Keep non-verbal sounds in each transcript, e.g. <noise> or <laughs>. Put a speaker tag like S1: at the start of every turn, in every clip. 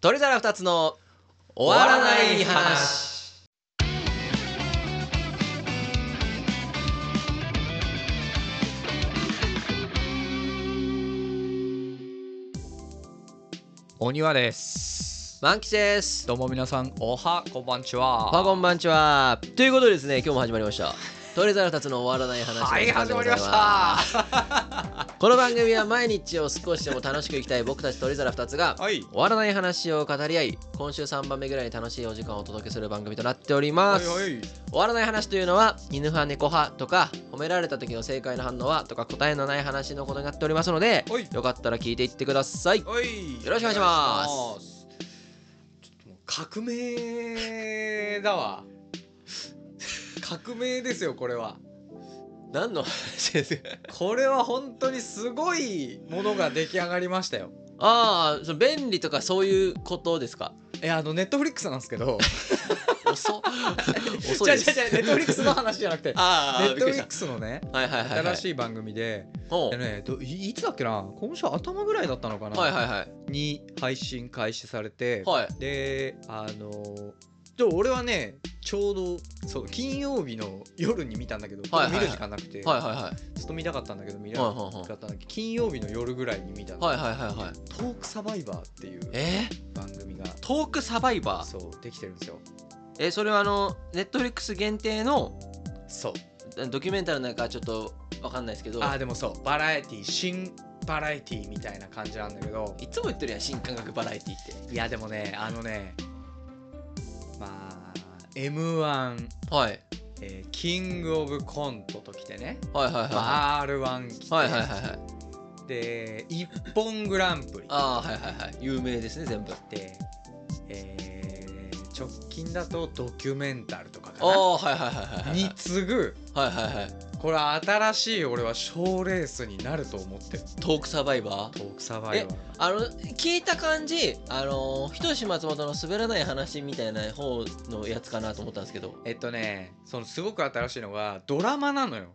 S1: 取り皿2つの終わらない話。
S2: お庭です。
S1: 満喫です。
S2: どうも皆さん、おはこんばんちは。
S1: パこんばんちは。ということでですね、今日も始まりました。取り皿2つの終わらない話の
S2: はい、
S1: 時間で
S2: 始
S1: ご
S2: まり
S1: ざい
S2: ま
S1: ます
S2: した。
S1: この番組は毎日を少しでも楽しく生きたい僕たち鳥皿2つが
S2: はい。
S1: 終わらない話を語り合い今週3番目ぐらいに楽しいお時間をお届けする番組となっております、
S2: はい。
S1: 終わらない話というのは犬派猫派とか褒められた時の正解の反応はとか答えのない話のことになっておりますので
S2: はい
S1: よかったら聞いていってください
S2: はい。
S1: よろしくお願いします
S2: す。ちょっともう革命だわ。革命ですよ、これは。
S1: 何の話ですか
S2: これは本当にすごいものが出来上がりましたよ。
S1: ああその便利とかそういうことですか
S2: いや、あのネットフリックスなんですけど。
S1: <laughs> 遅遅いで
S2: 違う違う
S1: す
S2: 違う、ネットフリックスの話じゃなくて。ネ
S1: <laughs> ああ
S2: ットフ
S1: びっくり
S2: リ
S1: し
S2: ックスのね、
S1: たはいはいはいはい
S2: 新しい番組で、
S1: ほ
S2: で
S1: う
S2: ね、どいいつだっけな、今週頭ぐらいだったのかな。
S1: はいはいはい
S2: に配信開始されて、
S1: はい
S2: であのーで俺はねちょうどそう金曜日の夜に見たんだけど、
S1: はいはいはい
S2: 見る時間なくて、
S1: はいはいはい
S2: ずっと見たかったんだけど見れな
S1: は
S2: か
S1: いはいはい
S2: ったんだけど金曜日の夜ぐらいに見たの
S1: はいはいはいはい
S2: トークサバイバー」っていう
S1: え
S2: 番組が
S1: ー、トークサバイバー
S2: そうできてるんですよ
S1: えそれはあのネットフリックス限定の
S2: そう
S1: ドキュメンタリーなんかちょっとわかんないですけど
S2: あーでもそうバラエティ新バラエティみたいな感じなんだけど
S1: いつも言ってるやん新感覚バラエティって
S2: いやでもねあのねまあ m 1
S1: はい
S2: えーキングオブコントときてね、
S1: はいはいはいは
S2: まあ、R1 来て、
S1: いはいはいはいはい
S2: で一本グランプリ来
S1: ああはいはいはい有名ですね全部あ
S2: て、えー直近だとドキュメンタルとか
S1: あ
S2: か
S1: ーはいはいはい
S2: な
S1: はい
S2: に次ぐ
S1: はいはいはい
S2: これは新しい俺は賞レースになると思ってる
S1: トークサバイバー
S2: トークサバイバー
S1: あの聞いた感じあのひとし松本の滑らない話みたいな方のやつかなと思ったんですけど
S2: えっとねそのすごく新しいのがドラマなのよ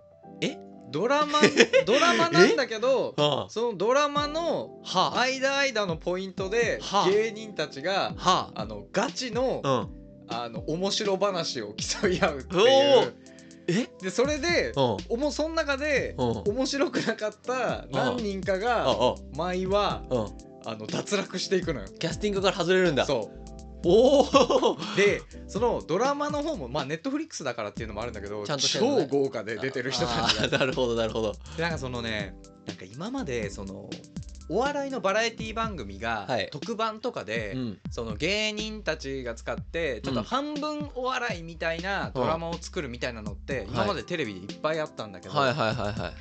S1: え
S2: ドラ
S1: <laughs>
S2: マドラマなんだけど
S1: は
S2: そのドラマの
S1: あは
S2: 間間のポイントで
S1: はあ
S2: 芸人たちが
S1: あは
S2: あのガチの
S1: あうん
S2: あの面白話を競い合うってい
S1: お
S2: う
S1: ーえ
S2: でそれで
S1: うん
S2: おもその中で
S1: うん
S2: 面白くなかった何人か
S1: あ
S2: が
S1: あ
S2: 舞は
S1: うん
S2: あの脱落していくのよ。
S1: キャスティングから外れるんだ
S2: そ
S1: おお
S2: うでそのドラマの方もまあネットフリックスだからっていうのもあるんだけど
S1: ちゃんとしてるのね
S2: 超豪華で出てる人たちが
S1: あーなるほどなるほど
S2: でなんかそのねなんか今までそのお笑いのバラエティ番組が
S1: はい
S2: 特番とかで、
S1: うん
S2: その芸人たちが使ってちょっ
S1: う
S2: と
S1: ん
S2: 半分お笑いみたいなドラマを作るみたいなのって今までテレビでいっぱいあったんだけど、
S1: はいはいはいはい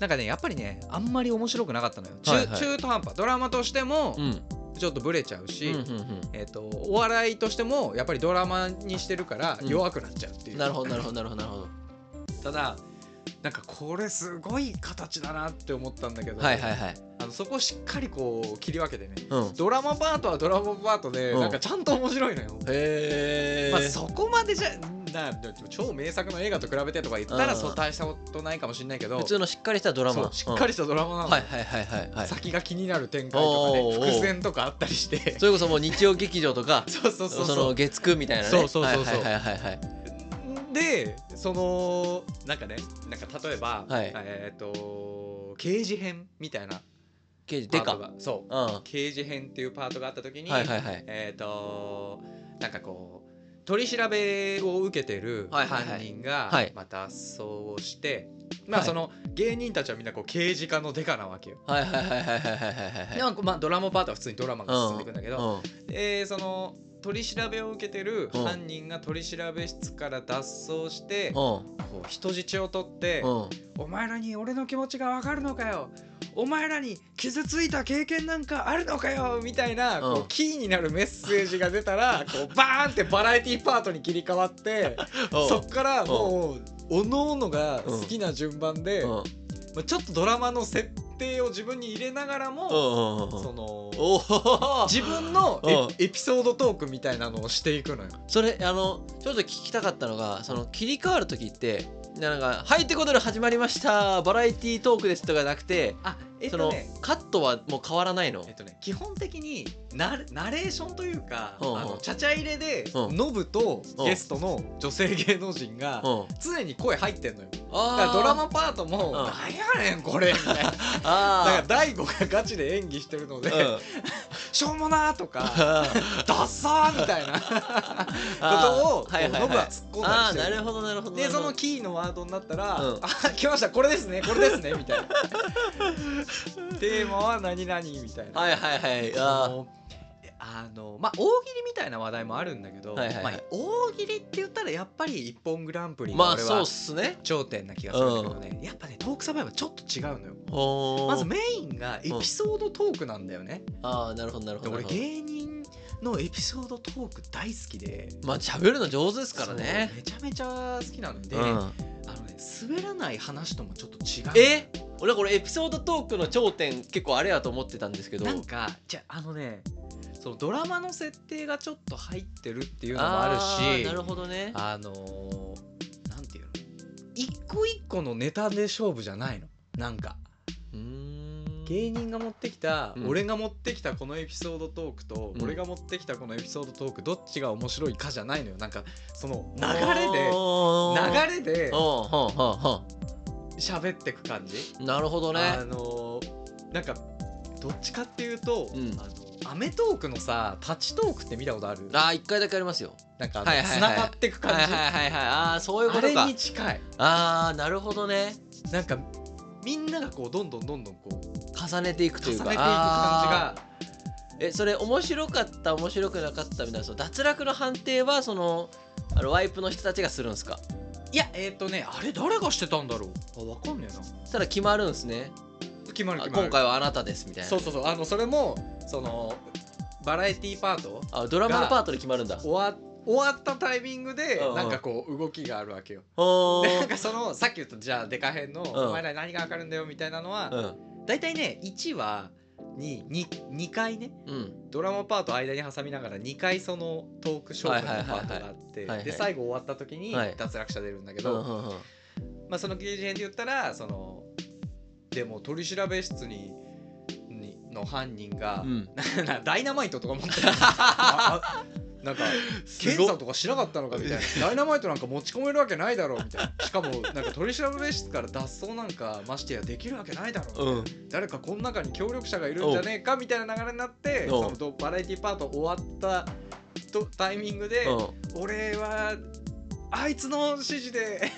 S2: なんかねやっぱりねあんまり面白くなかったのよ中,、
S1: はいはい
S2: 中途半端ドラマとしても
S1: うん
S2: ちょっとブレちゃう
S1: う
S2: し、
S1: んうん
S2: えー、とお笑いとしてもやっぱりドラマにしてるから
S1: うん
S2: 弱くなっちゃうっ
S1: う
S2: て
S1: ん
S2: いう、
S1: なるほどなるほどなるほどなるほど
S2: ただなんかこれすごい形だなって思ったんだけど、
S1: はいはいはい。
S2: あのそこをしっかりこう切り分けてね
S1: うん。へ
S2: ドラマパートはドラマパートで、
S1: うん
S2: なんかちゃんと面白いのよ、
S1: え
S2: まあ、
S1: ー。
S2: そこまでじゃな超名作の映画と比べてとか言った
S1: う
S2: ら
S1: ん
S2: そう大したことないかもしれないけど
S1: 普通のしっかりしたドラ
S2: そう
S1: マ。
S2: しっかり
S1: し
S2: したドラマなの、
S1: はいはいはいはいはい。
S2: 先が気になる展開とか
S1: おー
S2: ね
S1: おー
S2: 伏線とかあったりして、
S1: それこそもう日曜劇場とか
S2: そうそうそう
S1: そ
S2: そ
S1: の
S2: う
S1: 月9みたいなね。
S2: そうそうそうそう
S1: はいはいはいはい
S2: でそのなんかねなんか例えば、
S1: はい
S2: えっ、と刑事編みたいな
S1: 刑事
S2: パ
S1: で
S2: ート
S1: か。
S2: がそ
S1: うん。
S2: う
S1: は
S2: 刑事編っていうパートがあった時
S1: い
S2: に、
S1: はいはい。
S2: えっ、となんかこう取り調べを受けてる
S1: はいはいはい
S2: 犯人が
S1: はい
S2: また脱走をして、まあ
S1: はい
S2: その芸人たちはみんなこう刑事課のデカなわけよ。
S1: はいはいはいはいはいはいはい。
S2: でまあこうまあドラマパートは普通にドラマが進んでいくんだけど、
S1: うん。
S2: でその取り調べを受けてる犯人が取り調べ室から脱走して、こ
S1: う
S2: う人質を取って、
S1: ん。うん。
S2: お前らに俺の気持ちがわかるのかよお前らに傷ついた経験なんかあるのかよみたいな、
S1: うん
S2: こうキーになるメッセージが出たらこうバーンってバラエティパートに切り替わってそっからもうおのおのが好きな順番で、
S1: うん。
S2: ま
S1: うん。
S2: あ、ちょっとドラマの設定を自分に入れながらも、
S1: うんうんう
S2: そ
S1: ん。
S2: の
S1: おお。
S2: 自分の
S1: うん
S2: エエピソードトークみたいなのをしていくのよ。
S1: それあのちょっと聞きたかったのがその切り替わる時ってでなんか「はいってことで始まりましたバラエティートークです」とかなくて
S2: あえっ
S1: そ
S2: と
S1: の
S2: ね
S1: カットはもう変わらないの
S2: えっとね、基本的にナレナレーションというか、
S1: うんうん
S2: あのちゃちゃ入れで、
S1: うん
S2: ノブと
S1: うん
S2: ゲストの女性芸能人が
S1: うん
S2: 常に声入ってんのよだか
S1: あ
S2: ら
S1: ー
S2: ドラマパートも
S1: ん
S2: 「なんやねんこれ」み
S1: <laughs>
S2: たいなだか
S1: あ
S2: ら大悟がガチで演技してるので「
S1: ーうん
S2: しょうもな」とか
S1: <laughs> あー
S2: 「ダッサー」みたいなことをこう
S1: はいはいはい
S2: ノブは突っ込んだ
S1: あー
S2: りし
S1: な
S2: てる
S1: るほどなるほど
S2: で
S1: なる
S2: そ
S1: ほど
S2: のキーのワードになったら「
S1: うん
S2: あ来ましたこれですねこれですね」
S1: <laughs>
S2: みたいなテーマは何々みたいな
S1: はいはいはい
S2: あ
S1: あ
S2: のあのまあ大喜利みたいな話題もあるんだけど、
S1: はいはいはい
S2: まあ、大喜利って言ったらやっぱり「一本グランプリ」
S1: ー
S2: が
S1: まあ
S2: 俺
S1: そう
S2: は
S1: っすね
S2: 頂点な気がするんだけどね、やっぱねトークサバイバーちょっと違うのよま
S1: ま
S2: ずメインがエピソードトークなんだよね、
S1: ああなるほどなるほ
S2: で
S1: どな
S2: 俺
S1: るほど
S2: 芸人のエピソードトーク大好きで
S1: まあ喋るの上手ですからね
S2: そうめちゃめちゃ好きなので、
S1: う
S2: あ
S1: ん
S2: のね滑らない話ともちょっと違う
S1: え俺これエピソードトークの頂点結構あれやと思ってたんですけど
S2: なんかじゃああのねそのドラマの設定がちょっと入ってるっていうのもある
S1: ー
S2: し
S1: なるほどね
S2: あのーなんていうの一個一個のネタで勝負じゃないのなんか
S1: うーん
S2: 芸人が持ってきた、
S1: うん
S2: 俺が持ってきたこのエピソードトークと、
S1: うん
S2: 俺が持ってきたこのエピソードトークどっちが面白いかじゃないのよなんかその流れで
S1: 流
S2: 流れで
S1: うんうんうんうん
S2: 喋ってく感じ、
S1: なるほどね
S2: あのーなんかどっちかっていうと、
S1: うん
S2: あのアメトークのさタッチトークって見たことある
S1: あー一回だけありますよ
S2: なんかあの
S1: はいはいはい
S2: 繋がってく感じ、
S1: はいはいはいはいああそういうこ
S2: あ
S1: と
S2: れ
S1: か
S2: に近い
S1: ああなるほどね
S2: なんかみんながこうどんどんどんどんこう
S1: 重ねていくとい
S2: 重ね
S1: う
S2: ていく
S1: か
S2: 感じが
S1: えそれ面白かった面白くなかったみたいなその脱落の判定はそのあのワイプの人たちがするんですか
S2: いやえっ、とねあれ誰がしてたんだろうあわかんねえ
S1: そ
S2: な
S1: したら決まるんですね
S2: 決まる
S1: あ
S2: 決まる
S1: 今回はあなたですみたいな
S2: そうそうそうあのそれもそのバラエティパート
S1: あドラマのパートで決まるんだ
S2: 終わ終わったタイミングで
S1: うんうん
S2: なんかこう動きがあるわけよ
S1: お
S2: でなん
S1: ー
S2: かそのさっき言ったじゃあデカ編の「
S1: ん
S2: お前ら何がわかるんだよ」みたいなの
S1: う
S2: は
S1: ん
S2: 大体ね1話に 2, 2回ね
S1: うん
S2: ドラマパート間に挟みながら2回そのトーク勝負のパートがあっ
S1: はいはいはいはいはいは
S2: て
S1: い
S2: で最後終わった時に
S1: はい
S2: 脱落者出るんだけ
S1: うんう
S2: ど、
S1: んうん
S2: まあ、その刑事編で言ったらそのでも取り調べ室ににの犯人が
S1: う、ん
S2: なダイナマイトとか持って
S1: <laughs>
S2: るああなんか
S1: す
S2: 検
S1: ごっ
S2: 査とかしなかったのか
S1: <laughs>
S2: みたいなダイナマイトなんか持ち込めるわけないだろうみたいなしかもなんか取り調べ室から脱走なんかましてやできるわけないだろう、
S1: うん
S2: 誰かこの中に協力者がいるんじゃねえかみたいな流れになって
S1: おう
S2: そのどバラエティパート終わったとタイミングで、
S1: うん
S2: 俺はあいつの指示
S1: <laughs>
S2: で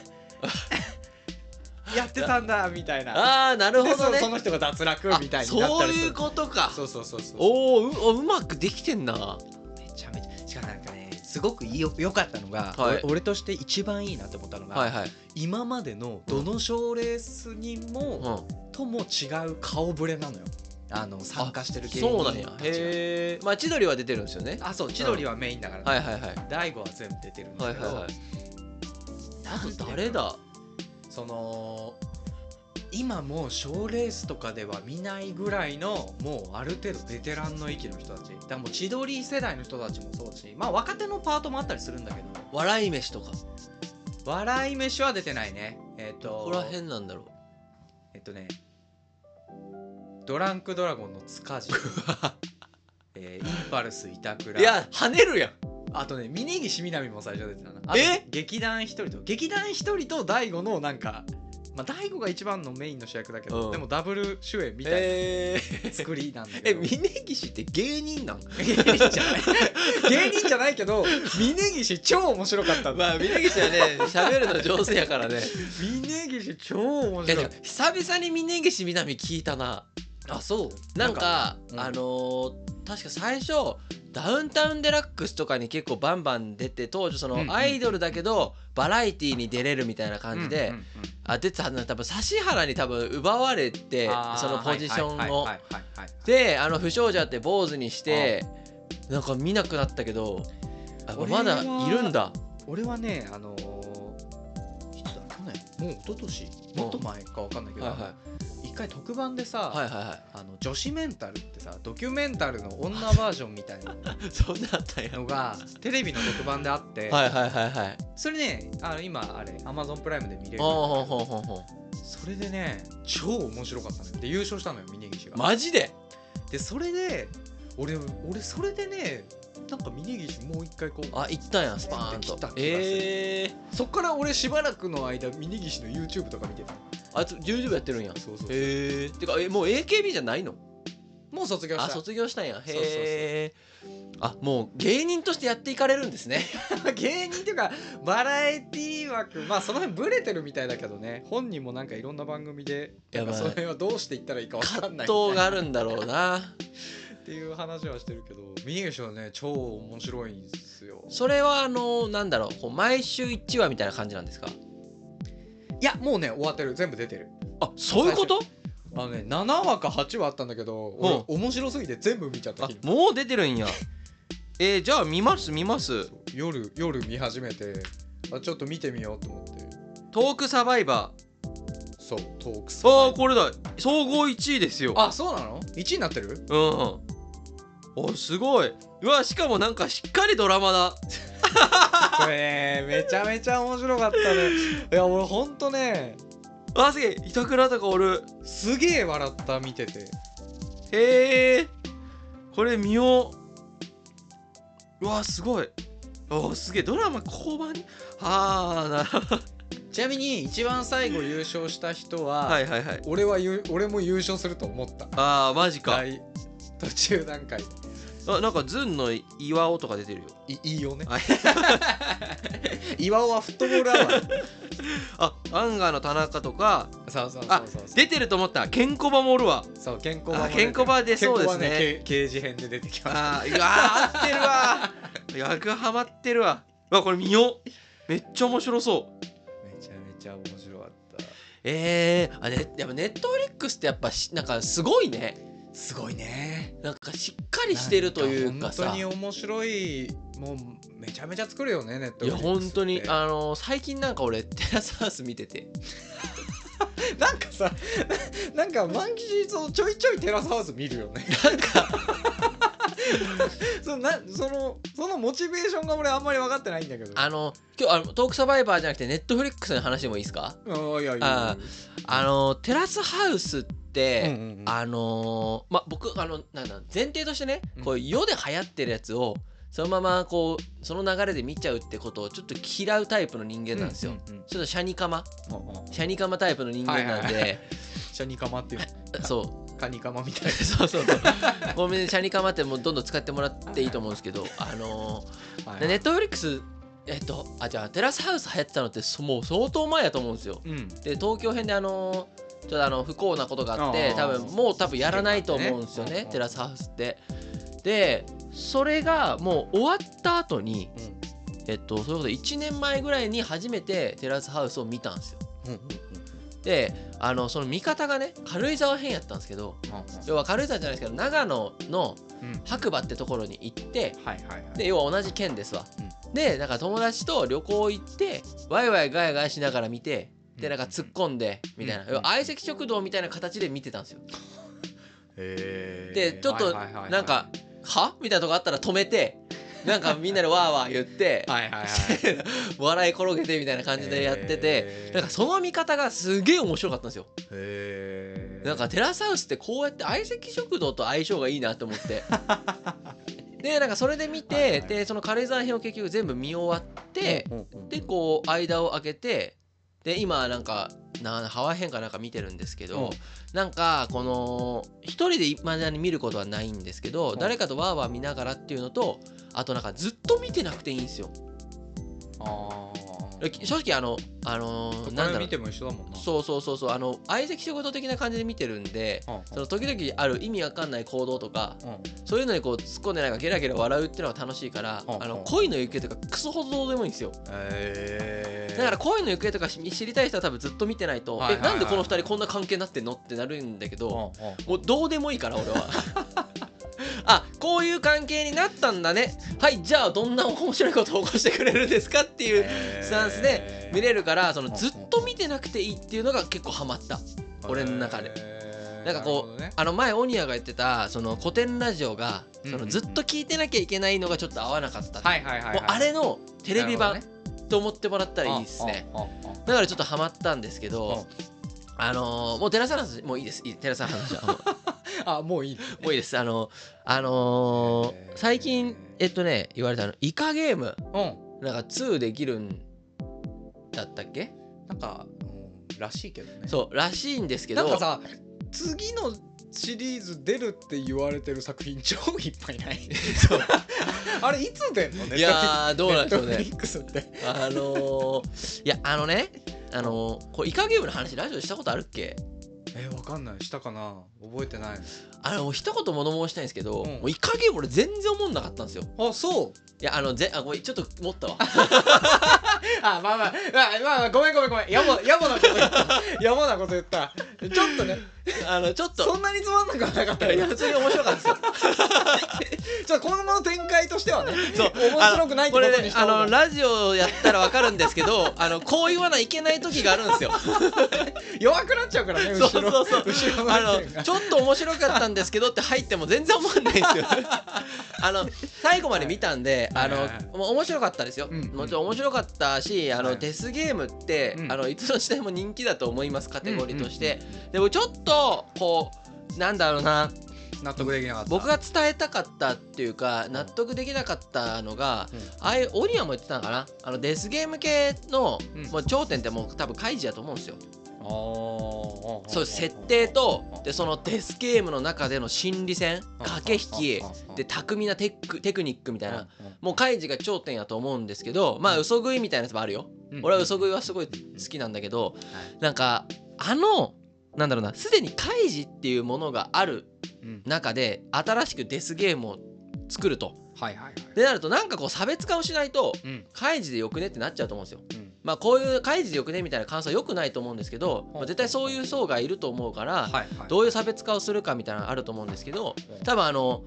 S2: やってたんだみたいな
S1: ああなる
S2: で
S1: ほどね
S2: そその人が脱落みたいになっ
S1: そ
S2: た
S1: う
S2: りす
S1: い
S2: る
S1: うことか
S2: そうそうそうそう
S1: おーうおうまくできてんな
S2: めちゃめちゃしかもなんかねすごくいいよ良かったのが、
S1: はい
S2: 俺俺として一番いいなって思ったのが、
S1: はいはい
S2: 今までのどの賞レースにも、
S1: うん
S2: とも違う顔ぶれなのよあの参加してる芸
S1: そうなん
S2: 人
S1: や
S2: たち
S1: へえまあ千鳥は出てるんですよね
S2: があそう千鳥はメインだから、
S1: はいはいはい
S2: 大悟は全部出てるん
S1: は
S2: だ
S1: い
S2: け
S1: は
S2: ど、
S1: いはい
S2: なんていうの
S1: 誰だ
S2: その今もう賞レースとかでは見ないぐらいのもうある程度ベテランの域の人たちだからもう千鳥世代の人たちもそうだしまあ若手のパートもあったりするんだけど
S1: 笑い飯とか
S2: 笑い飯は出てないねえっ、
S1: ことこら辺なんだろう
S2: えっ、とねドランクドラゴンの
S1: <laughs>
S2: 塚地、えーインパルス板倉
S1: いや跳ねるやん
S2: あとね峯岸みなみも最初出てたなあと
S1: え
S2: 劇団一人と劇団一人と大悟のなんかまあ大悟が一番のメインの主役だけど、
S1: うん
S2: でもダブル主演みたいな
S1: えー
S2: 作りなんだけ
S1: え
S2: ど、
S1: 峯岸って芸人なん
S2: 芸人じゃない芸人じゃないけど峯岸超面白かったんだ
S1: まあ峯岸はね喋るの上手やからね
S2: 峯岸超面
S1: いや
S2: 白
S1: で
S2: い
S1: も久々に峯岸みなみ聞いたな
S2: あそう
S1: なんか
S2: うん
S1: あのー確か最初ダウンタウンデラックスとかに結構バンバン出て当時そ
S2: うんうん
S1: のアイドルだけどバラエティーに出れるみたいな感じで、
S2: うんうんうん
S1: あ出てたんだ多分指原に多分奪われて
S2: あー
S1: そのポジションを、
S2: はいはいはいはいはい
S1: であの不祥事あって坊主にしてなんか見なくなったけどあ
S2: 俺
S1: ま
S2: は
S1: だいるんだ
S2: 俺はねあのーいつだ去年もう一昨年もっと前かわかんないけど、
S1: はいは
S2: 一一回特番でさ、
S1: はいは
S2: <laughs>
S1: いは
S2: あの女子メンタルってさドキュメンタルの女バージョンみたいない
S1: そんなあったんや
S2: のがテレビの特番であって、
S1: はいはいはいはい
S2: それねあの今あれアマゾンプライムで見れる
S1: ほうほうほうほ
S2: それでね超面白かったのよで優勝したのよ峯岸
S1: う
S2: が、
S1: マジで
S2: でそれで俺俺それでねなんか峯岸もう一回こう
S1: あ行ったんやスパーン
S2: 切った気が
S1: と
S2: する
S1: ええ
S2: そっから俺しばらくの間峯岸の YouTube とか見てた
S1: あいつ YouTube やってるんや
S2: そうそうそう
S1: へえてかえもう AKB じゃないの
S2: もう卒業した
S1: あ卒業したんや
S2: そうそうそう
S1: へえあもう芸人としてやっていかれるんですね
S2: 芸人っていうかバラエティ枠まあその辺ブレてるみたいだけどね本人もなんかいろんな番組で
S1: いや
S2: なんか
S1: まあ
S2: その辺はどうしていったらいいか分かんない
S1: 葛藤があるんだろうな
S2: っていう話はしてるけど峯岸はね超面白いんですよ
S1: それはあのなんだろうこう毎週1話みたいな感じなんですか
S2: いやもうね終わってる全部出てる
S1: あそういうこと
S2: あのね7話か8話あったんだけど俺面白すぎて全部見ちゃった
S1: あ
S2: 昨日
S1: もう出てるんやえー、じゃあ見ます見ます
S2: 夜夜見始めてあちょっと見てみようと思って
S1: トークサバイバ
S2: そうトークス
S1: ーああこれだ総合1位ですよ
S2: あそうなの ?1 位になってる
S1: うんおすごいうわしかもなんかしっかりドラマだ
S2: これねめちゃめちゃ面白かったね <laughs> いや俺ほんとね
S1: あすげえ板倉とかおる
S2: すげえ笑った見てて
S1: へえこれ見よううわすごいおーすげえドラマ後半にああなるほど
S2: ちなみに一番最後優勝した人は、
S1: はいはいはい
S2: 俺はゆ俺も優勝すると思った
S1: ああマジか
S2: 大途中段階
S1: あなんかズンの岩尾とか出てるよ
S2: いいい <laughs> よね
S1: はい
S2: 岩尾はフットボールアワー
S1: あアンガーの田中とか
S2: そうそうそうそう
S1: あ出てると思ったケンコバもおるわ
S2: そう健康版
S1: あケンコバ出そうですね
S2: 刑事編で出てきました
S1: あーうわー合 <laughs> ってるわ役ハマってるわうわこれ見ようめっちゃ面白そう
S2: <laughs> めちゃめちゃ面白かった
S1: えー、あねやっぱネットフリックスってやっぱしなんかすごいね
S2: すごいね
S1: なんかしっかりしてるというかさ
S2: 本当に面白いもうめちゃめちゃ作るよねネット
S1: いや本当に
S2: あ
S1: あの最近なんか俺テラスハウス見てて
S2: なんかさ <laughs> ななんか満喫をちょいちょいテラスハウス見るよね
S1: なんか
S2: <laughs> そのなそのそのモチベーションが俺あんまり分かってないんだけど
S1: あの今日あのトークサバイバーじゃなくてネットフリックスの話でもいいですか
S2: あいやいやい
S1: あ
S2: や
S1: あのテラスハウスって、
S2: うんうんうん
S1: あのーまあ僕あのなんだ前提としてね
S2: うん
S1: こう世で流行ってるやつをそのままこうその流れで見ちゃうってことをちょっと嫌うタイプの人間なんですよ、
S2: うんうん
S1: ちょっとシャニカマ
S2: うんうんうん
S1: シャニカマタイプの人間なんで、
S2: はいはいシャニカマっていう
S1: <laughs> そう
S2: カニカマみた
S1: <laughs>
S2: い
S1: そうそうそう。ごめんね、シャニカマってもうどんどん使ってもらっていいと思うんです
S2: <laughs>
S1: けど、あの
S2: な、は
S1: ー、
S2: い
S1: ネットフリックス、えっと、あ、じゃあ、テラスハウス流行ってたのって、そもう相当前やと思うんですよ。
S2: うん
S1: で、東京編で、あのーちょっとあの不幸なことがあっ
S2: あ
S1: て
S2: ー
S1: 多分もう多分やらないと思うんですよ
S2: 事件があ
S1: ね
S2: ってね
S1: テラスハウスって。でそれがもう終わった後にえっとそういうこと1年前ぐらいに初めてテラスハウスを見たんですよ。
S2: うんうん
S1: であのその見方がね軽井沢編やったんですけど要は軽井沢じゃないですけど長野の
S2: うん
S1: 白馬ってところに行って
S2: はいはいはい
S1: で要は同じ県ですわ、でなんか友達と旅行行ってワイワイガヤガヤしながら見てでなんか突っ込んでみたいな
S2: うん
S1: 要は相席食堂みたいな形で見てたんですよ
S2: へー
S1: でちょっと
S2: はいはいはいはい
S1: なんか「は?」みたいなとこあったら止め
S2: <laughs>
S1: てなんかみんなでわーわー言って
S2: はいはいはい
S1: 笑い転げてみたいな感じでやってて
S2: へー
S1: なんかその見方がすげえ面白かったんですよ
S2: へー
S1: なんかテラスハウスってこうやって相席食堂と相性がいいなと思って
S2: <laughs>
S1: でなんかそれで見て、
S2: はいはい
S1: でその軽井沢編を結局全部見終わって、
S2: うんうんうん
S1: でこう間を空けてで今なんかなハワイ編かなんか見てるんですけど、
S2: うん
S1: なんかこの一人で未だに見ることはないんですけど、
S2: うん
S1: 誰かとわーわー見ながらっていうのとあとなんかずっと見てなくていいんですよ
S2: あー
S1: 正直あのあのーなんだ
S2: これ
S1: ろ
S2: 見
S1: う
S2: ても一緒だもんな
S1: そうそうそうそうあの相席仕事的な感じで見てるんで、
S2: うんうん
S1: その時々ある意味わかんない行動とか
S2: うん
S1: そういうのにこう突っ込んでなんかゲラゲラ笑うっていうのが楽しいから
S2: うんうん
S1: あの恋の行方とかクソほどどうでもいいんですよ
S2: へー
S1: だから恋の行方とかし知りたい人は多分ずっと見てないと
S2: はい
S1: え
S2: はいはい
S1: なんでこの二人こんな関係になってんのってなるんだけ
S2: うん
S1: ど
S2: うん
S1: もうどうでもいいから俺
S2: <laughs>
S1: はあこういう関係になったんだねはいじゃあどんな面白いことを起こしてくれるんですかっていうスタンスで見れるからそのずっと見てなくていいっていうのが結構ハマった俺の中で
S2: へん
S1: なんかこう
S2: う、なるほどね
S1: あの前オニアが言ってたその古典ラジオが
S2: う
S1: そ
S2: ん
S1: のずっと聞いてなきゃいけないのがちょっと合わなかったって
S2: はいはいはい、はい、
S1: もうあれのテレビ版
S2: なる
S1: と思ってもらった
S2: ほど
S1: ら
S2: ね
S1: いいですね
S2: ああああ
S1: だからちょっとハマったんですけどあのーもう寺さんの話もういいですいい寺さんの話
S2: <laughs>
S1: はも
S2: あもういい。
S1: うもういいですあのあのー
S2: へー
S1: 最近えっとね言われたのイカゲーム
S2: うん。
S1: なんか2できるんだったっけ
S2: なんか、うん、らしいけどね。
S1: そうらしいんですけど
S2: なんかさ、次のシリーズ出るって言われてる作品超いっぱいない。
S1: そう
S2: <laughs> あれいつ出んのね。
S1: いやーどうなんでしょう
S2: ネットフ
S1: ね
S2: リックスって。
S1: あのー、いやあのねあのー、これイカゲームの話ラジオでしたことあるっけ
S2: えわかんない。したかな。覚えてない。
S1: あの一言物申したいんですけど、
S2: うん
S1: もうイカゲーム俺全然思んなかったんですよ
S2: あそう。
S1: いやあのぜあこれちょっと持ったわ
S2: <laughs> あまあまあまあまあ、まあ、ごめんごめんごめん。やぼやぼなこと言った。 <laughs> やぼなこと言った。ちょっとね。
S1: あのちょっと
S2: そんなにつまんなくはなかった
S1: い
S2: け
S1: や
S2: ど
S1: 普通に面白かったですよ
S2: <laughs> ちょっと今後の展開としてはね。
S1: そう
S2: 面白くないって
S1: こ
S2: こ
S1: れ
S2: と
S1: ね
S2: にした
S1: あ
S2: 方が
S1: の
S2: <laughs>
S1: ラジオやったらわかるんですけど <laughs> あのこう言わないけない時があるん
S2: <laughs>
S1: ですよ
S2: 弱くなっちゃうからね後ろ
S1: そうそうそう
S2: 後ろの
S1: あ
S2: 意見
S1: のちょっと面白かったんですけどって入っても全然思わないんですよ <laughs> あの最後まで見たんで、
S2: はい
S1: あの、
S2: はいはい
S1: もう面白かったですよ、
S2: うん
S1: もちろん面白かったしあの、
S2: はい
S1: デスゲームって、
S2: うん
S1: あのいつの時代も人気だと思いますカテゴリーとして、
S2: うんうん
S1: でもちょっとこうなんだろうな
S2: うん納得できなかった
S1: 僕が伝えたかったっていうか納得できなかったのが、
S2: うん
S1: ああいうオニアも言ってたのかなあのデスゲーム系の、
S2: うん
S1: もう頂点ってもう多分カイジだと思うんですよ、
S2: あー
S1: そういう設定とでそのデスゲームの中での心理戦駆け引きで巧みなテックテクニックみたいなもうカイジが頂点やと思うんですけどまあ嘘食いみたいなやつもあるよ俺は嘘食いはすごい好きなんだけどなんかあのなんだろうなすでにカイジっていうものがある
S2: うん
S1: 中で新しくデスゲームを作ると
S2: はいはいはい
S1: でなるとなんかこう差別化をしないと
S2: うん
S1: カイジでよくねってなっちゃうと思うんですよ
S2: うん
S1: まあこういうカイジでよくねみたいな感想は良くないと思うんですけど、まあ、絶対そういう層がいると思うから、
S2: はいはい
S1: どういう差別化をするかみたいなのあると思うんですけど
S2: うん
S1: 多分あの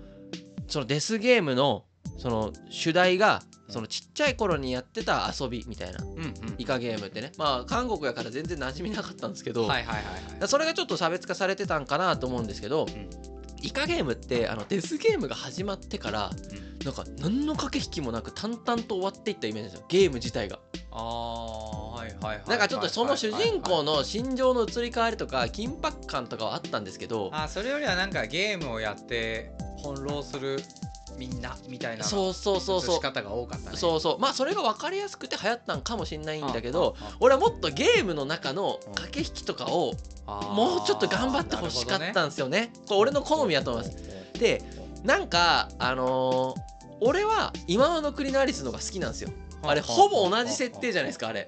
S1: そのデスゲームのその主題がそのちっちゃい頃にやってた遊びみたいな
S2: うんうん
S1: イカゲームってねまあ韓国やから全然馴染みなかったんですけど、
S2: はいはいはいはい
S1: それがちょっと差別化されてたんかなと思うんですけど、
S2: ん
S1: イカゲームってあのデスゲームが始まってから、
S2: ん
S1: なんか何の駆け引きもなく淡々と終わっていったイメージなんですよゲーム自体が。
S2: あーはいはいはい
S1: なんかちょっとその主人公
S2: の
S1: の心情の移り変わりとか緊迫感とかはあったんですけど
S2: あーそれよりはなんかゲームをやって翻弄するみんなみたいな
S1: そうそうそう
S2: 映
S1: そ
S2: し方が多かった
S1: う
S2: ね
S1: そううそうまあそれが分かりやすくて流行ったんかもしれないんだけど
S2: あああ
S1: 俺はもっとゲームの中の駆け引きとかを
S2: あー
S1: もうちょっと頑張ってほしかったんですよねこれ俺の好みだと思います。でなんかあのー俺は今和の国のアリスの方が好きなんですよあれほぼ同じ設定じゃないですかあれ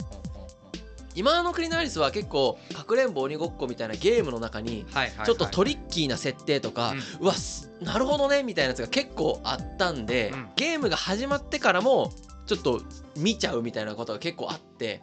S1: 今和の国のアリスは結構かくれんぼ鬼ごっこみたいなゲームの中に
S2: はいはいはい
S1: ちょっとトリッキーな設定とか、うわすなるほどねみたいなやつが結構あったんで、
S2: うん
S1: ゲームが始まってからもちょっと見ちゃうみたいなことが結構あって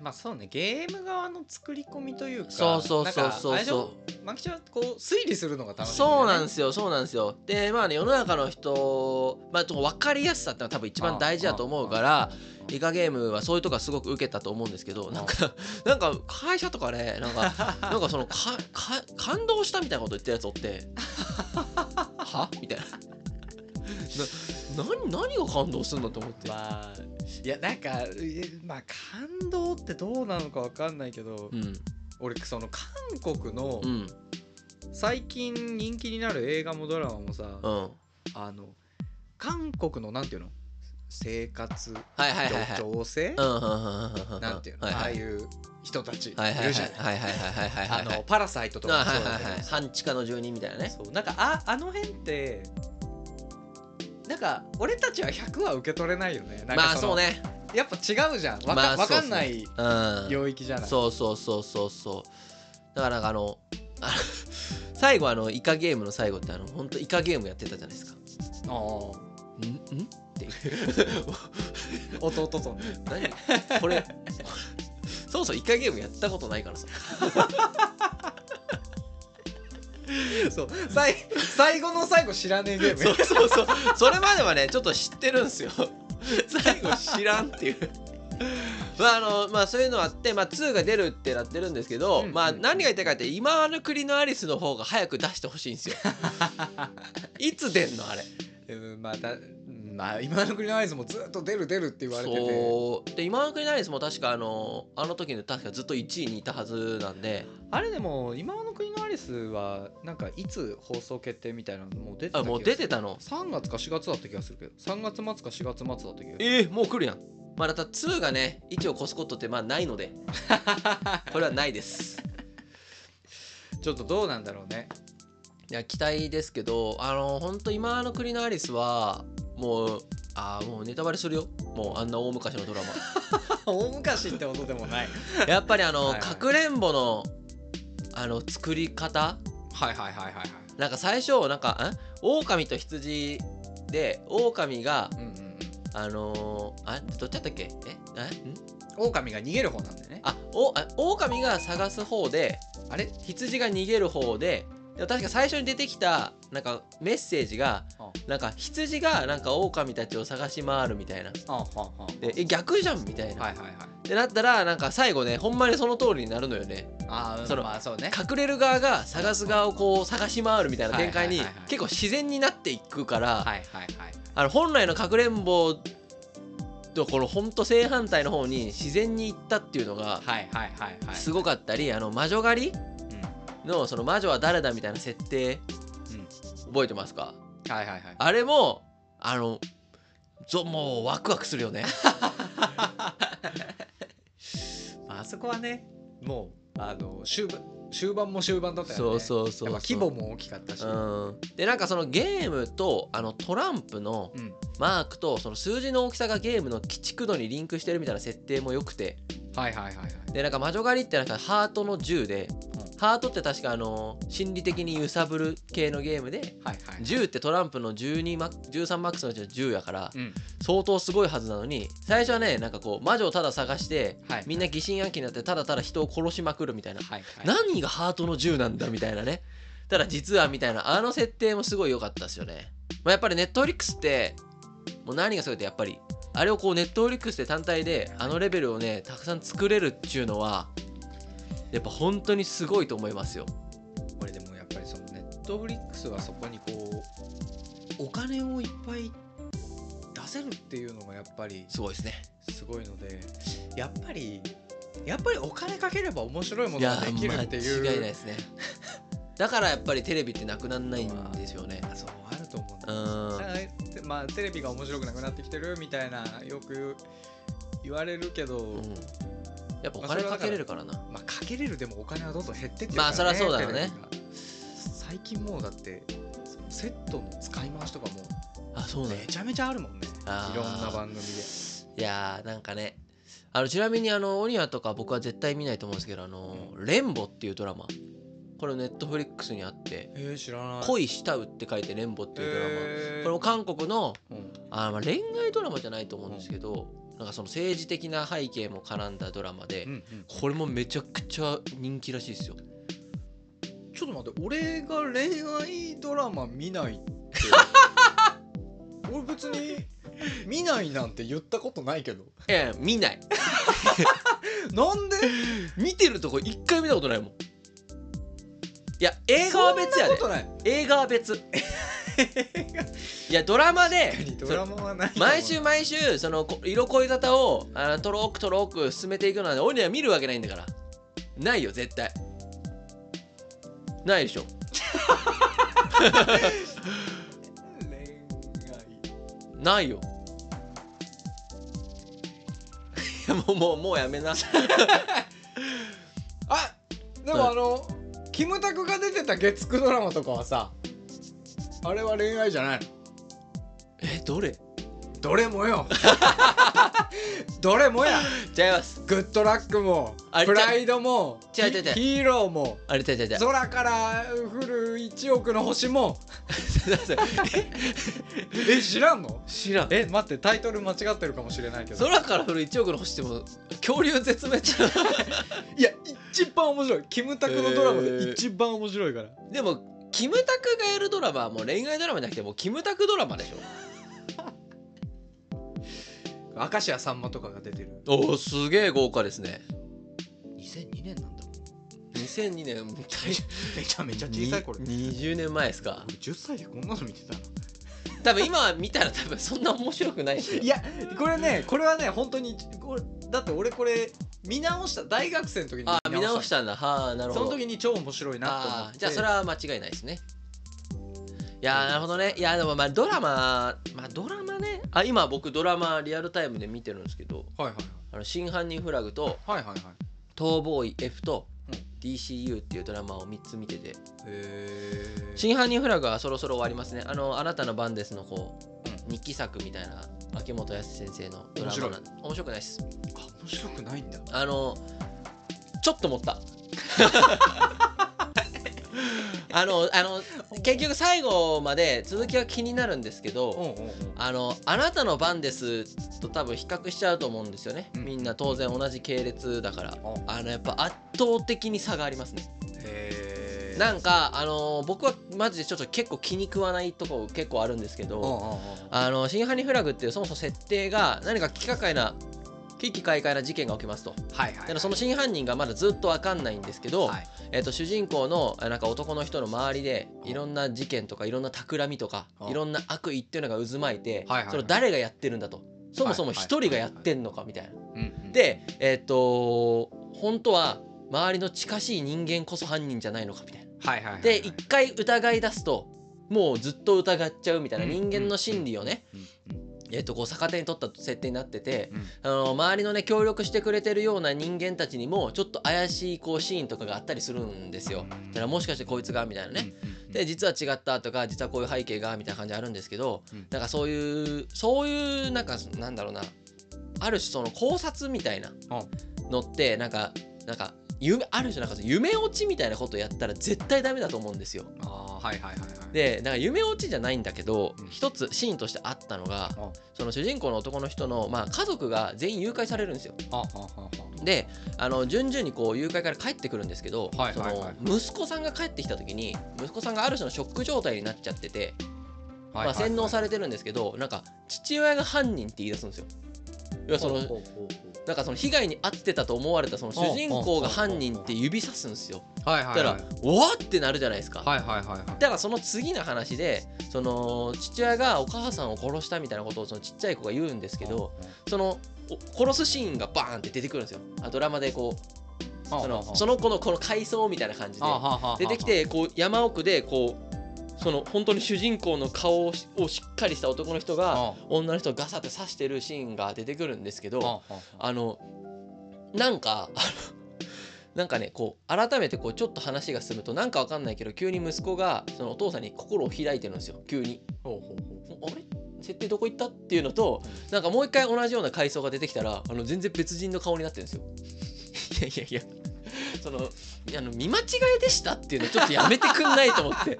S2: まあそうねゲーム側の作り込みというか
S1: そうそうそうそう
S2: なんかあれでし
S1: そ
S2: ょマキちゃんはこう推理するのが
S1: う
S2: 楽しい、
S1: そうなんですすよそうなんですよでまあね世の中の人、まあ、ちょっと分かりやすさってのは多分一番大事だと思うからイカゲームはそういうとこはすごく受けたと思うんですけどなんかなんか会社とかねなんか <laughs> なんかそのかか感動したみたいなこと言ってるやつおって
S2: <laughs>
S1: はみたいな。な何何が感動するんだと思って、
S2: <laughs> まあいやなんかえまあ感動ってどうなのかわかんないけど、
S1: うん
S2: 俺その韓国の
S1: うん
S2: 最近人気になる映画もドラマもさ、
S1: うんはい
S2: あの韓国のなんていうの生活
S1: はいはいはい
S2: 情勢
S1: うんうんうんうんうん
S2: なんていうの、
S1: はいはい
S2: ああいう人たちい
S1: はいはいは
S2: る
S1: い
S2: じゃない、
S1: はいはいはいはいはい
S2: あのパラサイトとかも
S1: はい
S2: そうだ
S1: はいは
S2: け
S1: い
S2: ど
S1: はい半地下の住人みたいなね
S2: そうなんかああの辺ってなんか俺たちは100は受け取れないよねなんか
S1: まあ
S2: の
S1: そうね
S2: やっぱ違うじゃんわか,、
S1: まあ
S2: わか
S1: そ
S2: ん
S1: う
S2: な
S1: で
S2: い
S1: うん
S2: 領域じゃない、
S1: そうそうそうそうそうだからなんかあの <laughs> あの最後あのイカゲームの最後ってあの本当イカゲームやってたじゃないですか
S2: ああ
S1: んんっていう
S2: 弟と
S1: <laughs>
S2: ね
S1: 何これ <laughs> そもそもイカゲームやったことないからさ
S2: そう最最後の最後知らねえゲーム
S1: <laughs> そうそうそうそれまではねちょっと知ってるんですよ最後知らんっていうまああのまあ、そういうのあって、まあ、2が出るってなってるんですけど、
S2: うん
S1: まあ、何が言いたいかって今の国のアリスの方が早く出してほしいんですよ。 <laughs> いつ出んのあれ
S2: <laughs> うんまあだまあ今の国のアイスもずっと出る出るって言われてて
S1: そうで今の国のアリスも確かあのあの時の確かずっと1位にいたはずなんで
S2: あれでも今の国のアリスはなんかいつ放送決定みたいなのもう出てた
S1: あ
S2: 気がする
S1: もう出てたの
S2: 3月か4月だった気がするけど3月末か4月末だった気がする
S1: えー、もう来るやん。まあ、だた2がね1を越すことってまあないの
S2: <laughs>
S1: でこれはないです。
S2: ちょっとどうなんだろうね
S1: いや期待ですけどあの本当今の国のアリスはもうあーもうネタバレするよもうあんな大昔のドラ
S2: <laughs>
S1: マ
S2: <laughs> 大昔ってことでもない
S1: やっぱりあの
S2: はいはい
S1: かくれんぼのあの作り方
S2: はいはいはいはいはい
S1: なんか最初なんかん狼と羊で狼が
S2: うんうんうん
S1: あのーあどっちだったっけええん
S2: 狼が逃げる方なんだよね
S1: あおあ狼が探す方で
S2: あれ
S1: 羊が逃げる方ででも確か最初に出てきたなんかメッセージが
S2: あ
S1: なんか羊がなんか狼たちを探し回るみたいな
S2: あはあはあ
S1: でえ逆じゃんみたいな、
S2: はいはいはい
S1: ってなったらなんか最後ねほんまにその通りになるのよね
S2: あ
S1: その
S2: あそうね
S1: 隠れる側が探す側をこう探し回るみたいな展開に
S2: はいはいはいはい
S1: 結構自然になっていくから、
S2: はいはいはい
S1: あの本来のかくれんぼとこのほんと正反対の方に自然に行ったっていうのが
S2: はいはいはいはい
S1: すごかったりあの魔女狩り
S2: うん
S1: のその魔女は誰だみたいな設定、
S2: うん
S1: 覚えてますか
S2: はいはいはい
S1: あれもあのぞもうワクワクするよね
S2: まああそこはねもうあの終盤終盤も終盤だったよね
S1: そうそうそうそう
S2: やっぱ規模も大きかったし、
S1: うんでなんかそのゲームとあのトランプの
S2: うん
S1: マークとその数字の大きさがゲームの鬼畜度にリンクしてるみたいな設定も良くて
S2: はいはいはいはい
S1: でなんか魔女狩りってなんかハートの銃で、
S2: うん
S1: ハートって確かあの心理的に揺さぶる系のゲームで
S2: はいはい
S1: 銃ってトランプの12マ13マックスのうちの10やから
S2: うん
S1: 相当すごいはずなのに最初はねなんかこう魔女をただ探して
S2: はい
S1: みんな疑心暗鬼になってただただ人を殺しまくるみたいな
S2: はいはい
S1: 何がハートの銃なんだみたいなねただ実はみたいなあの設定もすごい良かったですよね、まあ、やっぱりネットフリックスってもう何がすごいってやっぱりあれをこうネットフリックスで単体であのレベルをねたくさん作れるっちゅうのはやっぱ本当にすごいと思いますよ
S2: これでもやっぱりそのネットフリックスはそこにこうお金をいっぱい出せるっていうのがやっぱり
S1: すごいですね
S2: すごいのでやっぱりやっぱりお金かければ面白いものができるっていう
S1: 間違いないですねだからやっぱりテレビってなくなんないんですよね
S2: あそうあると思うんだ
S1: う
S2: だ
S1: ん
S2: からてまあテレビが面白くなくなってきてるみたいなよく言われるけど、
S1: うんやっぱお金かけれるからな
S2: まあかけれるでもお金はどんどん減ってってる
S1: まあ
S2: から
S1: そりゃそうだろうね
S2: テレビが最近もうだってそのセットの使い回しとかも
S1: あそうなん
S2: めちゃめちゃあるもんね
S1: あー
S2: いろんな番組で
S1: <laughs> いやーなんかねあのちなみにあのオニアとか僕は絶対見ないと思うんですけど「あのレンボ」っていうドラマこれネットフリックスにあって
S2: えー、知ら
S1: 「
S2: ない
S1: 恋したう」って書いて「レンボ」っていうドラマ、
S2: えー
S1: これも韓国の
S2: うん
S1: あーまあ恋愛ドラマじゃないと思うんですけど、なんかその政治的な背景も絡んだドラマで、
S2: うんうん
S1: これもめちゃくちゃ人気らしいですよ。
S2: ちょっと待って俺が恋愛ドラマ見な
S1: <laughs>
S2: いって俺別に見ないなんて言ったことないけど
S1: いやいや見ない
S2: なんで
S1: 見てるとこ一回見たことないもん。いや映画は別や
S2: そんな
S1: で
S2: ことない
S1: 映画は別いやドラマで
S2: 確かにドラマはないかも
S1: 毎週毎週そのこ色恋沙汰をあのトロークトローク進めていくのは俺には見るわけないんだからないよ絶対ないでしょ
S2: 恋愛
S1: ないよいやもうもうもうやめな
S2: あで
S1: はい
S2: もあの、キムタクが出てた月9ドラマとかはさあれは恋愛じゃないの
S1: えどれ
S2: どれ
S1: <laughs>
S2: もよどれもや
S1: 違います
S2: グッドラックも
S1: あれ
S2: プライドも
S1: 違う違う違う
S2: ヒヒーローも
S1: あれ違う違う違う
S2: 空から降る1億の星 <laughs> もえ知らんの
S1: 知らん
S2: え待ってタイトル間違ってるかもしれないけど
S1: 空から降る1億の星ってもう恐竜絶滅
S2: いや一番面白いキムタクのドラマで一番面白いから、
S1: でもキムタクがやるドラマはもう恋愛ドラマじゃなくてもうキムタクドラマでしょ
S2: か明石家さんまとかが出てる
S1: おおすげえ豪華ですね
S2: 2002年なんだもん
S1: 2002年もう大
S2: めちゃめちゃ小さい頃俺
S1: に20年前ですか
S2: 10歳でこんなの見てたの
S1: 多分今見たら多分そんな面白くないですよ
S2: いやこれねこれはね本当にこれだって俺これ見直した大学生の時に
S1: <laughs> あ見直したんだはあなるほ
S2: そ
S1: ど
S2: の時に超面白いなと思っ
S1: あ
S2: て
S1: ーじゃあそれは間違いないですねいやーなるほどねいやでもまあドラマまあドラマねあ今僕ドラマリアルタイムで見てるんですけど
S2: はいはい
S1: 「あの真犯人フラグ」と
S2: はいはいはいはい
S1: 「逃亡医 F」と
S2: うん
S1: 「DCU」っていうドラマを3つ見てて
S2: へ
S1: 「
S2: え
S1: 真犯人フラグ」はそろそろ終わりますねあの「あなたの番です」のこ
S2: う
S1: う日記作みたいな秋元康先生のドラマなんで面白くないです
S2: あ面白くないんだ
S1: あのちょっと思った
S2: <laughs>
S1: あのあの結局最後まで続きは気になるんですけ
S2: うん
S1: ど
S2: うんうん
S1: あのあなたの番ですと多分比較しちゃうと思うんですよね、
S2: うん
S1: みんな当然同じ系列だから
S2: あ
S1: あのやっぱ圧倒的に差がありますね
S2: へえ
S1: なんかあの僕はマジでちょっと結構気に食わないとこ結構あるんですけ
S2: うんうん
S1: ど
S2: うん
S1: あの真犯人フラグっていうそもそも設定が何か奇怪な危機快快な事件が起きますと
S2: はいはい
S1: で
S2: はい
S1: その真犯人がまだずっと分かんないんですけど、
S2: はい
S1: えっと主人公のあなんか男の人の周りで
S2: うん
S1: いろんな事件とかいろんな企みとか
S2: うん
S1: いろんな悪意っていうのが渦巻いて
S2: はいはいはい
S1: それを誰がやってるんだとそもそも一人がやってんのかみたいな。
S2: うんうん
S1: でえっと本当は周りの近しい人間こそ犯人じゃないのかみたいな。
S2: はいはいはいはい
S1: で一回疑い出すともうずっと疑っちゃうみたいな
S2: うん
S1: 人間の心理をね
S2: うんうん
S1: えっとこう逆手に取った設定になってて
S2: うん
S1: あの周りのね協力してくれてるような人間たちにもちょっと怪しいこうシーンとかがあったりするんですよ。だからもしかしてこいつがみたいなね。
S2: うんうんうん
S1: で実は違ったとか実はこういう背景がみたいな感じあるんですけど
S2: うん
S1: なんかそういうそういうなんかなんだろうなある種その考察みたいなのってなんかなんか夢ある種なんか夢落ちみたいなことやったら絶対ダメだと思うんですよ。
S2: あーはいはいはいはい
S1: でなんか夢落ちじゃないんだけど
S2: うん
S1: 一つシーンとしてあったのが
S2: あ
S1: その主人公の男の人の、まあ、家族が全員誘拐されるんですよ。
S2: ああああ
S1: であの順々にこう誘拐から帰ってくるんですけど、
S2: はいはいはい
S1: その息子さんが帰ってきた時に息子さんがある種のショック状態になっちゃってて、
S2: あ
S1: まあ、洗脳さ
S2: れ
S1: れてるんですけどなんか父親が犯人って言い出すんですよ。要はそのなんかその被害に遭ってたと思われたその主人公が犯人って指さすんですよ。
S2: はいは
S1: だ
S2: い
S1: か
S2: は
S1: ら
S2: い
S1: 「おわ!」ってなるじゃないですか。
S2: はいはいはいはい
S1: だからその次の話でその父親がお母さんを殺したみたいなことをそのちっちゃい子が言うんですけどそのお殺すシーンがバーンって出てくるんですよあドラマでこうそのその子のこの回想みたいな感じで
S2: の
S1: 出てきてこう山奥でこうその本当に主人公の顔をしをしっかりした男の人が女の人をガサって刺してるシーンが出てくるんですけどあのなんか <laughs> あのなんかねこう改めてこうちょっと話が進むとなんかわかんないけど急に息子がそのお父さんに心を開いてるんですよ急に。おあれ設定どこ行ったっていうのとなんかもう一回同じような階層が出てきたらあの全然別人の顔になってるんですよ。いやいやいやそのいやあの見間違いでしたっていうのちょっとやめてくんないと思って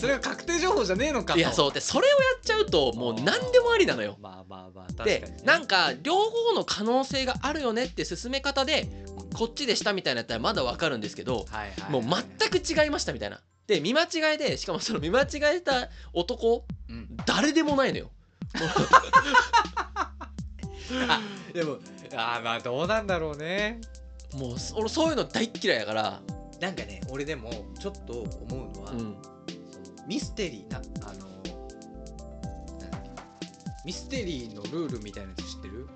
S2: それが確定情報じゃねえのか
S1: いや
S2: う
S1: そうでそれをやっちゃうともう何でもありなのよ。
S2: まあまあまあ確かに
S1: でなんか両方の可能性があるよねって進め方でこっちでしたみたいなやったらまだわかるんですけどもう全く違いましたみたいな。で見間違いでしかもその見間違えた男誰でもないのよ。
S2: でもあーまあどうなんだろうね
S1: もうそ俺そういうの大っ嫌いやから、
S2: なんかね俺でもちょっと思うのは
S1: うん、
S2: そのミステリーなあのなんだっけミステリーのルールみたいなやつ知ってる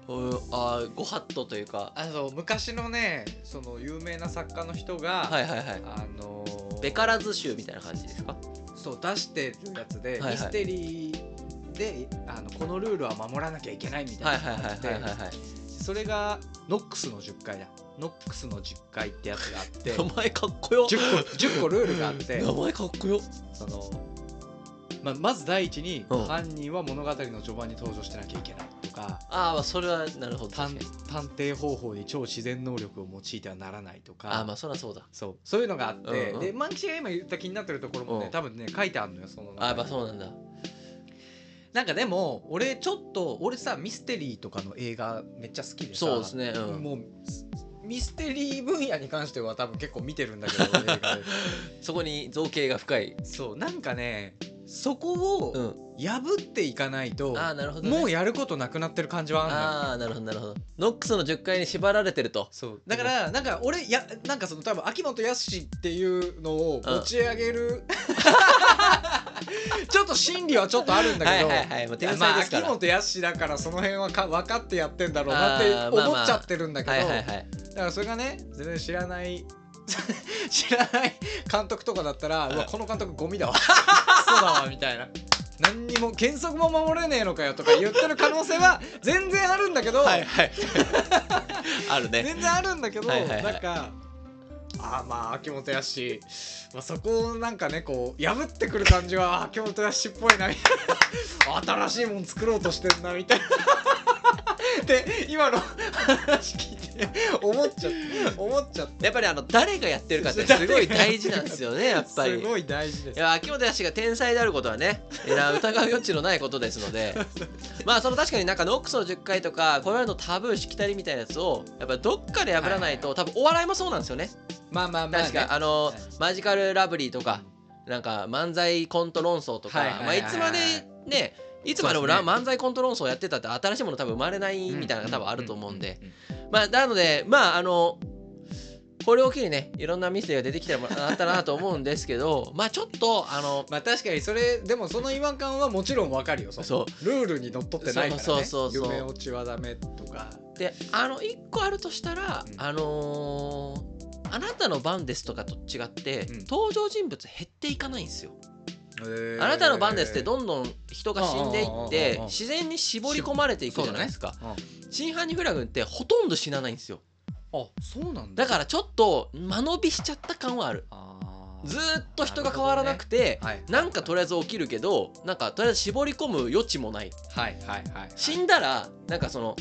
S1: あーご法度というか
S2: あの昔のねその有名な作家の人が、
S1: はいはいはい
S2: あのー
S1: ベカラズ集みたいな感じですか
S2: そう出してるやつで、
S1: いはい
S2: ミステリーであのこのルールは守らなきゃいけないみた
S1: はい
S2: い
S1: はい
S2: な
S1: はい
S2: 感じ
S1: はい
S2: で
S1: はいはい
S2: それがノックスの10回だノックスの10回ってやつがあ
S1: <laughs>
S2: って
S1: 名前かっこ
S2: <laughs>
S1: よ
S2: 10個10個ルールがあって
S1: 名前かっこよ
S2: その、まあ、まず第一に、
S1: うん
S2: 犯人は物語の序盤に登場してなきゃいけないとか
S1: あーまあそれはなるほど確
S2: 探
S1: かに
S2: 探偵方法に超自然能力を用いてはならないとか
S1: あーまあそりゃそうだ
S2: そうそういうのがあって、
S1: うんうん
S2: でマンキシが今言った気になってるところもね、
S1: うん
S2: 多分ね書いてあるのよその中に
S1: あーまあそうなんだ
S2: なんかでも俺ちょっと俺さミステリーとかの映画めっちゃ好きでさ
S1: そうですねうん
S2: もうミステリー分野に関しては
S1: <laughs>
S2: 多分結構見てるんだけど映画で
S1: そこに造形が深い
S2: そうなんかねそこ
S1: う
S2: を
S1: ん、
S2: 破っていかないと、
S1: ああなるほど、ね、
S2: もうやることなくなってる感じはあんのよ
S1: ああなるほどなるほどノックスの10階に縛られてると
S2: そうだからなんか俺やなんかその多分秋元康っていうのを持ち上げる、 <laughs> ちょっと心理はちょっとあるんだ
S1: は
S2: け
S1: い
S2: ど
S1: はいはいもう天
S2: ま
S1: 才
S2: あ
S1: ですか
S2: 秋
S1: ら、
S2: 元康だからその辺はか分かってやってんだろうなって思っちゃってるんだけど、
S1: はいはいはい
S2: だからそれがね全然知らない <laughs> 知らない監督とかだったら
S1: う
S2: 「
S1: ん
S2: うわこの監督ゴミだわ <laughs> そうだわ」みたいな。何にも原則も守れねえのかよとか言ってる可能性は全然あるんだけど、
S1: はいはい <laughs> あるね
S2: 全然あるんだけど、
S1: はいはいはい
S2: なんかあーまあ秋元康、まあ、そこをなんかねこう破ってくる感じはあー秋元康っぽいなみたいな新しいもん作ろうとしてんな <laughs> みたいなで今の話聞いて思っちゃって思っちゃって
S1: やっぱりあの誰がやってるかってすごい大事なんですよねやっぱり
S2: すごい大事で
S1: い
S2: す
S1: や秋元康が天才であることはねえら疑う余地のないことですの
S2: <laughs>
S1: でまあその確かになんかノックスの10回とかこれまでのタブーしきたりみたいなやつをやっぱどっかで破らないと、多分お笑いもそうなんですよね
S2: まあまあまあ、ね、
S1: 確か、あの、
S2: はい
S1: マジカルラブリーとかなんか漫才コント論争とか、
S2: はいはいはいはい
S1: まあ、いつまでねいつまでも
S2: そう
S1: な
S2: です
S1: 漫才コント論争やってたって新しいもの多分生まれないみたいなのが多分あると思うんで、
S2: う
S1: まあなのでまああのこれを機にねいろんなミステリーが出てきてもらったなと思うんですけど <laughs> まあちょっとあの
S2: まあ確かにそれでもその違和感はもちろんわかるよその
S1: そ
S2: ルールにのっとってないからね
S1: そうそうそうそう
S2: 夢落ちはダメとか
S1: うであの1個あるとしたら、
S2: うん
S1: あのーあなたの番ですとかと違って、
S2: うん
S1: 登場人物減っていかないんですよ。あなたの番ですってどんどん人が死んでいっ
S2: うんうんうん
S1: て
S2: うんうん
S1: 自然に絞り込まれていくじゃないですか、
S2: そうだね
S1: 真犯人フラグってほとんど死なないんですよ
S2: あそうなんだ
S1: だからちょっと間延びしちゃった感はある
S2: あー
S1: ずーっと人が変わらなくて
S2: はい
S1: なんかとりあえず起きるけどなんかとりあえず絞り込む余地もない
S2: はいはいはいはい
S1: 死んだらなんかその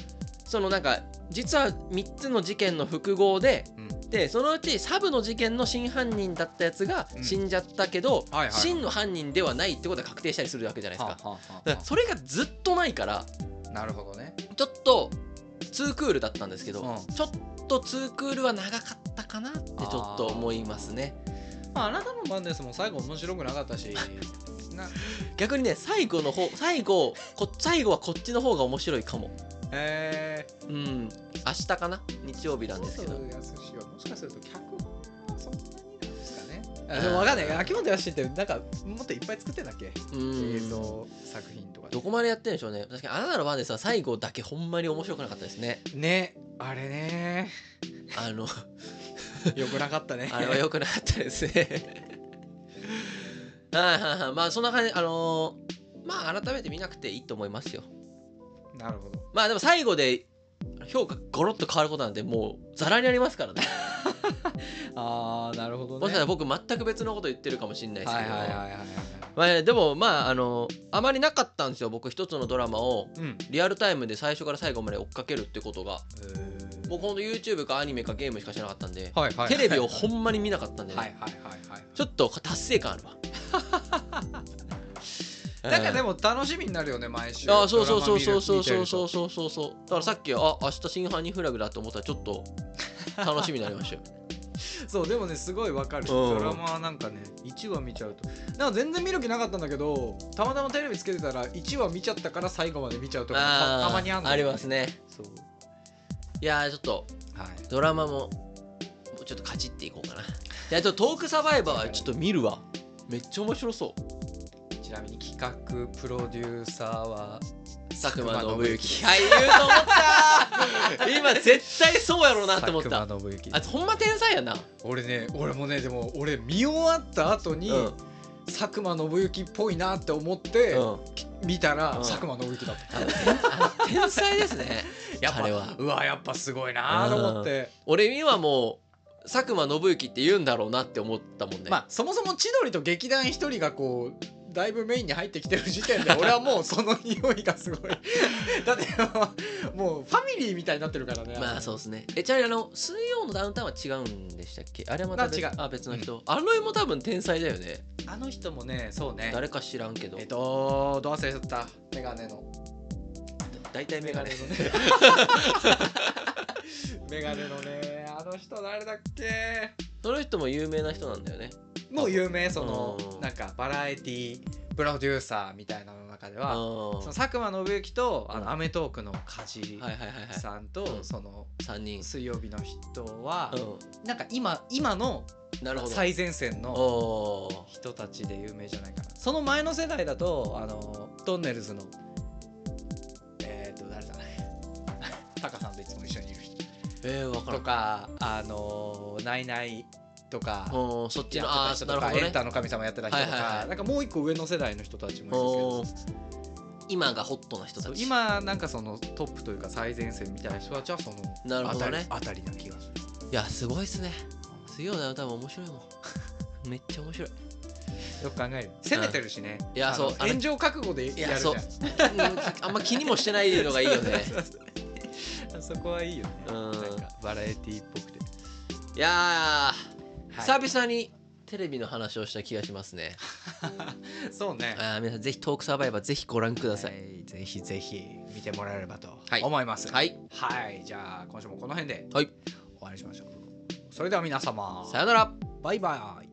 S1: そのなんか実は3つの事件の複合で、
S2: うん
S1: でそのうちサブの事件の真犯人だったやつが
S2: うん
S1: 死んじゃったけど、
S2: はいはい
S1: 真の犯人ではないってことが確定したりするわけじゃないですか
S2: は。あはあはあ
S1: だからそれがずっとないから
S2: なるほどね
S1: ちょっと2クールだったんですけど、
S2: うん
S1: ちょっと2クールは長かったかなってちょっと思いますね
S2: まああなたの番ですもん最後面白くなかったしな
S1: 逆にね最後の方最後こ最後はこっちの方が面白いかも
S2: えー
S1: うん明日かな日曜日なんですけど
S2: そうそう安志はもしかすると脚本はそんなになんですかね
S1: あー
S2: あでもわかんない秋元康ってなんかもっといっぱい作ってんだっけ
S1: うん
S2: 映像作品とかで
S1: どこまでやってるんでしょうね確かにあなたの番ですは最後だけほんまに面白くなかったですね
S2: ねあれね
S1: あ
S2: <laughs>
S1: の
S2: よくなかったね
S1: <laughs> あれは良くなかったですね <laughs> はいはいはいまあそんな感じあのーまあ改めて見なくていいと思いますよ
S2: なるほど
S1: まあでも最後で評価ゴロッと変わることなんてもうざらにありますからね
S2: あーなるほどね
S1: もしかしたら僕全く別のこと言ってるかもしれないです
S2: は
S1: け
S2: い
S1: ど、
S2: はいはいはいはい
S1: まあ、でもまああのあまりなかったんですよ僕一つのドラマを
S2: うん
S1: リアルタイムで最初から最後まで追っかけるってことが僕ほんと YouTube かアニメかゲームしかしなかったんで、
S2: はいはい
S1: テレビをほんまに見なかったんで、ね
S2: はいはいはいはい
S1: ちょっと達成感あるわ
S2: <laughs> なんかで
S1: も
S2: も楽しみになるよね毎週
S1: あそうそうそうそうそうそう
S2: う
S1: そうそうそうそうだからさっきあ明日真犯人フラグだと思ったらちょっと楽しみになりましたよ
S2: そうでもねすごいわかるドラマはなんかね1話見ちゃうとなんか全然見る気なかったんだけどたまたまテレビつけてたら1話見ちゃったから最後まで見ちゃうとか
S1: あー
S2: たまにあんの
S1: ありますね
S2: そう
S1: いやーちょっと
S2: はい
S1: ドラマももうちょっとカチっていこうかないやちょっとトークサバイバーはちょっと見るわめっちゃ面白そう
S2: ちなみに企画プロデューサーは
S1: 佐久間
S2: 間
S1: 信之
S2: 信之
S1: 俳優と思った
S2: <laughs>
S1: 今絶対そうやろうなって思った
S2: 佐久間信之
S1: あいつほんま天才やな、
S2: 俺ね俺もねでも俺見終わった後に、
S1: うん
S2: 佐久間信之っぽいなって思って、
S1: うん
S2: 見たら、
S1: うん
S2: 佐久間信之だった
S1: 天才です
S2: <laughs>
S1: ね
S2: やっぱ
S1: あれは
S2: うわやっぱすごいなと思って、
S1: 俺にはもう佐久間信之って言うんだろうなって思ったもんね、
S2: まあそもそも千鳥と劇団一人がこうだいぶメインに入ってきてる時
S1: <laughs>
S2: 点で俺はもうその匂いがすごい <laughs> だってもうファミリーみたいになってるからね
S1: まあそうですねえちなみにあの水曜のダウンタウンは違うんでしたっけあれはまた別
S2: あ違う
S1: あ別の人、あの辺も多分天才だよね
S2: あの人もねそうね
S1: 誰か知らんけど
S2: えっとどう忘れちゃったメガネの
S1: 大体メ
S2: メ
S1: ガ
S2: ガ
S1: ネ
S2: ネのねメ
S1: <laughs>
S2: ガネのねあの人誰だっけ
S1: その人も有名な人なんだよね
S2: もう有名その
S1: うん
S2: なんかバラエティプロデューサーみたいなの中で
S1: あー
S2: はその佐久間信行と「あ
S1: うん
S2: のアメトーーク」の梶
S1: はいはいはいはい
S2: さんと、
S1: うん
S2: その
S1: 3人
S2: 水曜日の人は、
S1: う
S2: なんか今今の
S1: んなるほど
S2: 最前線の
S1: おー
S2: 人たちで有名じゃないかなその前の世代だとあのトンネルズのえっ、と誰だ <laughs> ねタカさんといつも一緒にいる人
S1: えー、分から
S2: と
S1: ん
S2: かあのナイナイとか。
S1: うんそっち
S2: や
S1: の
S2: っ
S1: あー
S2: てた人
S1: なる
S2: とか、
S1: ほど
S2: エ
S1: ね
S2: ンタの神様やってた人とか、
S1: はいはいはい
S2: なんかもう一個上の世代の人たちもいるん
S1: お
S2: ですけ
S1: ー
S2: ど
S1: 今がホットな人た
S2: そう
S1: ち
S2: 今なんかそのトップというか最前線みたいな人たちはその
S1: なるほどね
S2: あたりあたりな気がする
S1: いやすごいっすね水曜の歌も面白いも
S2: <laughs>
S1: んめっちゃ面白い
S2: よく考える攻めてるしね、
S1: いや
S2: あの
S1: そうあれ
S2: 炎上覚悟でやるじゃん
S1: いやそううんあんま気にもしてないのがいいよ
S2: <laughs>
S1: ね
S2: あそこはいいよね、
S1: うん
S2: なんかバラエティーっぽくて、
S1: いやー、
S2: はい
S1: 久々にテレビの話をした気がしますね
S2: そうね
S1: あー皆さんぜひトークサバイバーぜひご覧ください
S2: はいぜひぜひ見てもらえればと
S1: はい
S2: 思います、
S1: はいい
S2: はいじゃあ今週もこの辺で
S1: はい
S2: 終わりにしましょうそれでは皆様
S1: さよなら
S2: バイバイ